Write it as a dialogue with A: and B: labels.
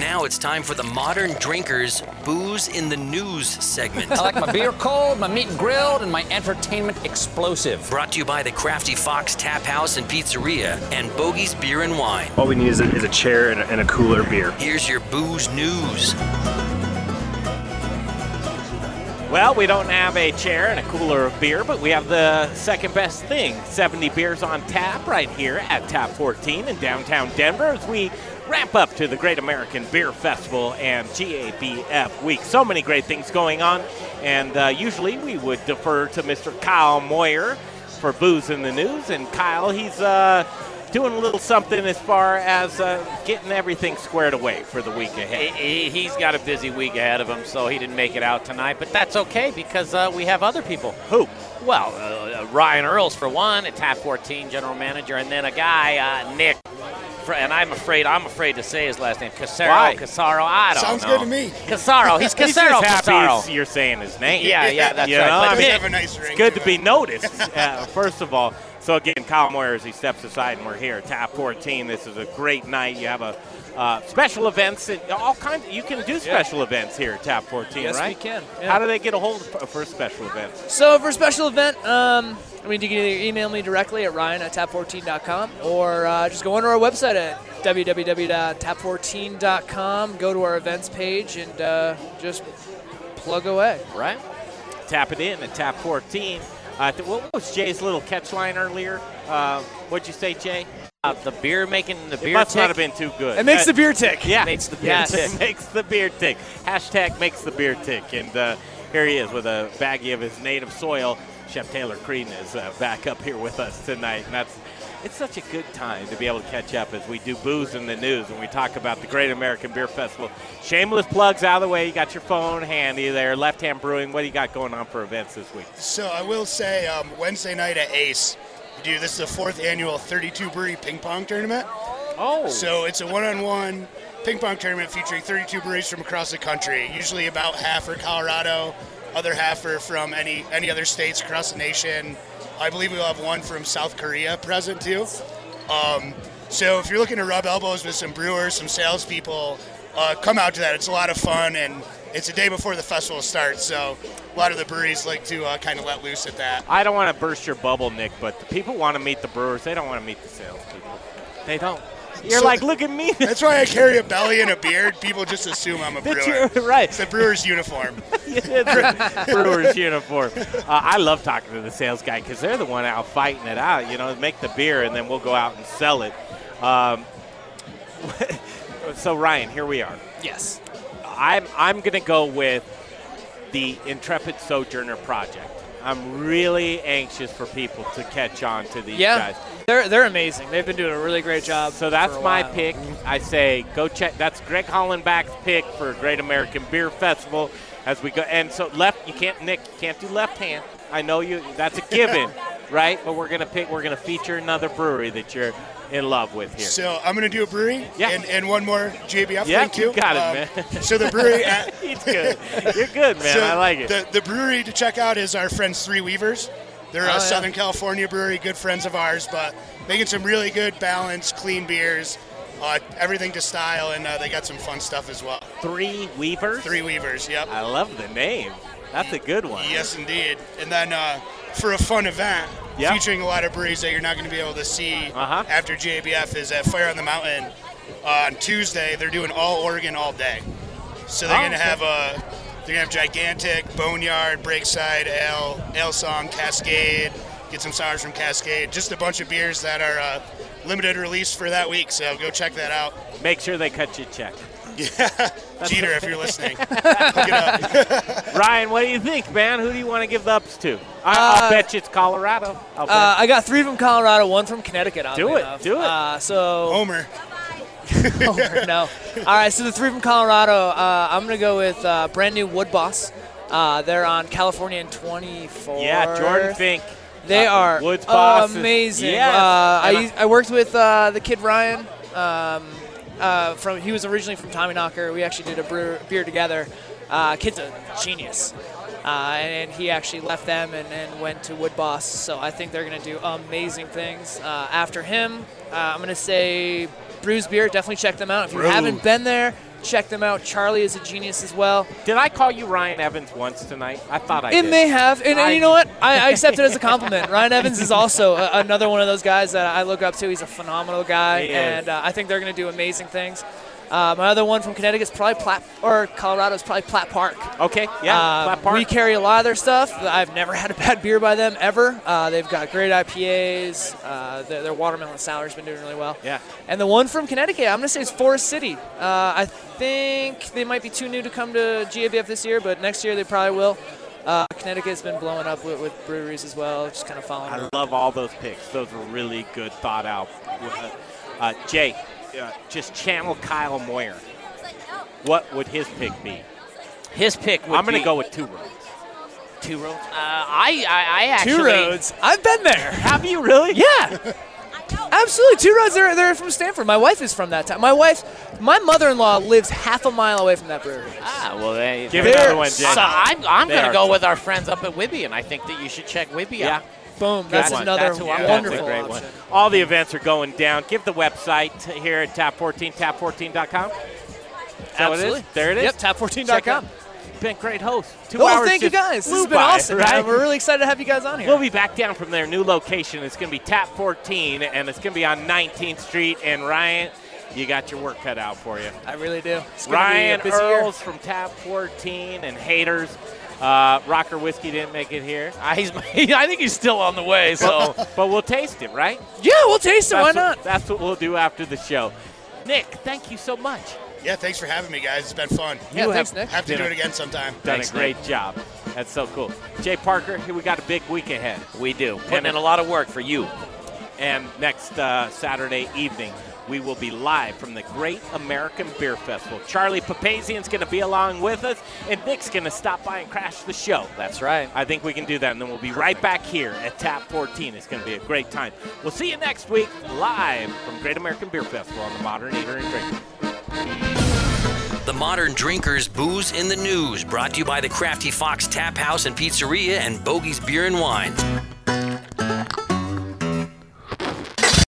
A: now it's time for the Modern Drinkers Booze in the News segment.
B: I like my beer cold, my meat grilled, and my entertainment explosive.
A: Brought to you by the Crafty Fox Tap House and Pizzeria and Bogey's Beer and Wine.
C: All we need is a, is a chair and a, and a cooler beer.
A: Here's your booze news.
D: Well, we don't have a chair and a cooler of beer, but we have the second best thing 70 beers on tap right here at Tap 14 in downtown Denver as we ramp up to the Great American Beer Festival and GABF Week. So many great things going on, and uh, usually we would defer to Mr. Kyle Moyer for Booze in the News. And Kyle, he's uh, doing a little something as far as uh, getting everything squared away for the week ahead.
E: He, he's got a busy week ahead of him, so he didn't make it out tonight. But that's okay because uh, we have other people.
D: Who?
E: Well, uh, Ryan Earls for one, at top 14 general manager, and then a guy, uh, Nick. Fr- And I'm afraid I'm afraid to say his last name. Casaro.
D: Why?
E: Casaro. I don't
F: Sounds
E: know.
F: good to me.
E: Casaro. He's
D: He's
E: Casaro.
D: just happy
E: Casaro.
D: you're saying his name.
E: Yeah, yeah, that's
D: You
E: right.
D: know, I
E: But
D: mean,
E: Nick-
F: Have a nice drink.
D: It's good to be noticed, uh, first of all. So again, Kyle Moyer as he steps aside, and we're here, Top 14. This is a great night. You have a uh, special events, and all kinds. You can do special events here at Top 14,
G: Yes,
D: right?
G: we can, yeah.
D: How do they get a hold of for special events?
G: So for a special event, um, I mean, you can either email me directly at ryan at tap14.com or uh, just go onto our website at www.tap14.com, go to our events page, and uh, just plug away.
E: Right?
D: Tap it in at Top 14. Uh, th- what was Jay's little catch line earlier? Uh, what'd you say, Jay?
E: Uh, the beer making the beer.
D: it must
E: tick.
D: not have been too good.
G: It makes
D: Uh,
G: the beer tick.
D: Yeah,
E: Makes the beer
D: Yes.
E: tick.
D: makes the beer tick. Hashtag makes the beer tick. And uh, here he is with a baggie of his native soil. Chef Taylor Crean is uh, back up here with us tonight, and that's. It's such a good time to be able to catch up as we do booze in the news and we talk about the Great American Beer Festival. Shameless plugs out of the way. You got your phone handy there. Left Hand Brewing. What do you got going on for events this week?
F: So I will say um, Wednesday night at Ace, we do this is the fourth annual 32 brewery ping pong tournament.
D: Oh,
F: So it's a one-on-one ping pong tournament featuring 32 breweries from across the country. Usually about half are Colorado, other half are from any any other states across the nation. I believe we'll have one from South Korea present too. Um, so if you're looking to rub elbows with some brewers, some salespeople, uh, come out to that. It's a lot of fun and. It's a day before the festival starts, so a lot of the breweries like to uh, kind of let loose at that.
D: I don't want to burst your bubble, Nick, but the people want to meet the brewers. They don't want to meet the salespeople. They don't. You're
F: So-
D: like, look at me.
F: That's why I carry a belly and a beard. People just assume I'm a
D: That
F: brewer.
D: you're right.
F: It's the brewer's uniform.
D: It's a Brewers uniform. Uh, I love talking to the sales guy because they're the one out fighting it out. You know, make the beer and then we'll go out and sell it. Um, so Ryan, here we are.
G: Yes.
D: I'm I'm gonna go with the Intrepid Sojourner project. I'm really anxious for people to catch on to these
G: Yeah.
D: guys.
G: They're, they're amazing. They've been doing a really great job.
D: So that's
G: for a
D: my
G: while.
D: pick. I say go check. That's Greg Hollenbach's pick for Great American Beer Festival. As we go, and so left, you can't Nick, you can't do left hand. I know you. That's a given, right? But we're gonna pick. We're gonna feature another brewery that you're in love with here.
F: So I'm gonna do a brewery
D: Yeah.
F: and, and one more JBF
D: Yeah,
F: thing too.
D: you got it, man.
F: Um, so the brewery at
D: it's good. You're good, man.
F: so
D: I like it.
F: The, the brewery to check out is our friends Three Weavers. They're
G: Oh, yeah.
F: a Southern California brewery, good friends of ours, but making some really good, balanced, clean beers, uh, everything to style, and uh, they got some fun stuff as well.
D: Three Weavers.
F: Three Weavers, yep.
D: I love the name. That's a good one.
F: Yes, indeed. And then uh, for a fun event
D: Yeah.
F: featuring a lot of breweries that you're not going to be able to see
D: Uh-huh.
F: after JBF is at Fire on the Mountain uh, on Tuesday. They're doing all Oregon all day, so they're
D: Oh,
F: going to
D: okay.
F: have a they're going to have gigantic Boneyard, Breakside, Ale, Ale Song, Cascade. Get some sours from Cascade. Just a bunch of beers that are uh, limited release for that week. So go check that out.
D: Make sure they cut you a check.
F: Jeter, if you're listening, hook it up.
D: Ryan, what do you think, man? Who do you want to give the ups to? I, I'll
G: Uh,
D: bet you it's Colorado. I'll bet.
G: Uh, I got three from Colorado, one from Connecticut. oddly
D: Do it,
G: enough.
D: do it.
G: Uh, so
F: Homer.
G: Homer, no. All right, so the three from Colorado, uh, I'm going to go with uh, brand new Wood Boss. Uh, they're on California in 24.
D: Yeah, Jordan Fink.
G: They
D: Uh,
G: are
D: Woods Boss is-
G: amazing.
D: Yes.
G: Uh, I,
D: And I-
G: used- I worked with uh, the kid Ryan. Um, uh, from he was originally from Tommy Knocker. We actually did a brew, beer together. Uh, kid's a genius, uh, and, he actually left them and, and went to Wood Boss. So I think they're gonna do amazing things. Uh, after him, uh, I'm gonna say Brews Beer. Definitely check them out if you haven't been there. check them out. Charlie is a genius as well.
D: Did I call you Ryan Evans once tonight? I thought I
G: it
D: did.
G: may have, and, and
D: I-
G: you know what? I, I accept it as a compliment. Ryan Evans is also a, another one of those guys that I look up to. He's a phenomenal guy,
D: He is.
G: and uh, I think they're going to do amazing things. Uh, my other one from Connecticut is probably Platt, or Colorado is probably Platt Park.
D: Okay, yeah.
G: Uh,
D: Platt Park.
G: We carry a lot of their stuff. I've never had a bad beer by them ever. Uh, they've got great IPAs. Uh, their, their watermelon sour's been doing really well.
D: Yeah.
G: And the one from Connecticut, I'm gonna say it's Forest City. Uh, I think they might be too new to come to GABF this year, but next year they probably will. Uh, Connecticut's been blowing up with, with breweries as well. Just kind of following.
D: I
G: them.
D: love all those picks. Those were really good, thought out. Uh, uh, Jay, uh, just channel Kyle Moyer. What would his pick be?
E: His pick would
D: I'm going
E: be
D: to go with two rows.
E: two roads. Uh, I, I I actually
G: Two Roads. I've been there.
D: Have you really?
G: Yeah. Absolutely, Two Roads. They're, they're from Stanford. My wife is from that town. My wife, my mother-in-law lives half a mile away from that brewery.
E: Ah, well, they,
D: Give
E: they're-
D: another one, Jay.
E: So I'm, I'm
D: They
E: going
D: are
E: to go with our friends up at Wibby, and I think that you should check Wibby
D: Yeah.
E: out.
G: Boom. That's
E: one.
G: another
E: That's who I'm-
G: wonderful
E: that's a great
G: option.
D: All the events are going down. Give the website here at Tap 14, tap14.com. Is that what it is?
G: Absolutely.
D: There it is.
G: Yep,
D: Check out.
G: tap14.com.
D: Been great host. Two
G: Well,
D: hours
G: Oh, thank you
D: just
G: guys. This
D: flew
G: has been
D: by,
G: awesome. man.
D: Right?
G: We're really excited to have you guys on here.
D: We'll be back down from their new location. It's going to be Tap 14, and it's going to be on 19th Street. And Ryan, you got your work cut out for you.
G: I really do. It's gonna
D: Ryan
G: be a busy year.
D: Earls from Tap 14 and Haters. Uh, Rocker Whiskey didn't make it here,
E: Ah, he's, I think he's still on the way, so.
D: but we'll taste it, right?
G: Yeah, we'll taste it. Why
D: That's
G: not?
D: What, that's what we'll do after the show. Nick, thank you so much.
F: Yeah, thanks for having me, guys. It's been fun.
G: Yeah,
D: you
G: thanks,
D: have
G: Nick.
F: Have to do
D: Dinner.
F: it again sometime.
D: Done
E: Thanks,
D: a great job. That's so cool. Jay Parker, we got a big week ahead.
E: we do. Putting in a lot of work for you.
D: And next uh, Saturday evening, we will be live from the Great American Beer Festival. Charlie Papazian's going to be along with us, and Nick's going to stop by and crash the show. That's
G: right.
D: I think we can do that, and then we'll be right back here at Tap 14. It's going to be a great time. We'll see you next week live from Great American Beer Festival on the Modern Eater and Drinker.
A: The Modern Drinkers Booze in the News, brought to you by the Crafty Fox Tap House and Pizzeria and Bogey's Beer and Wine.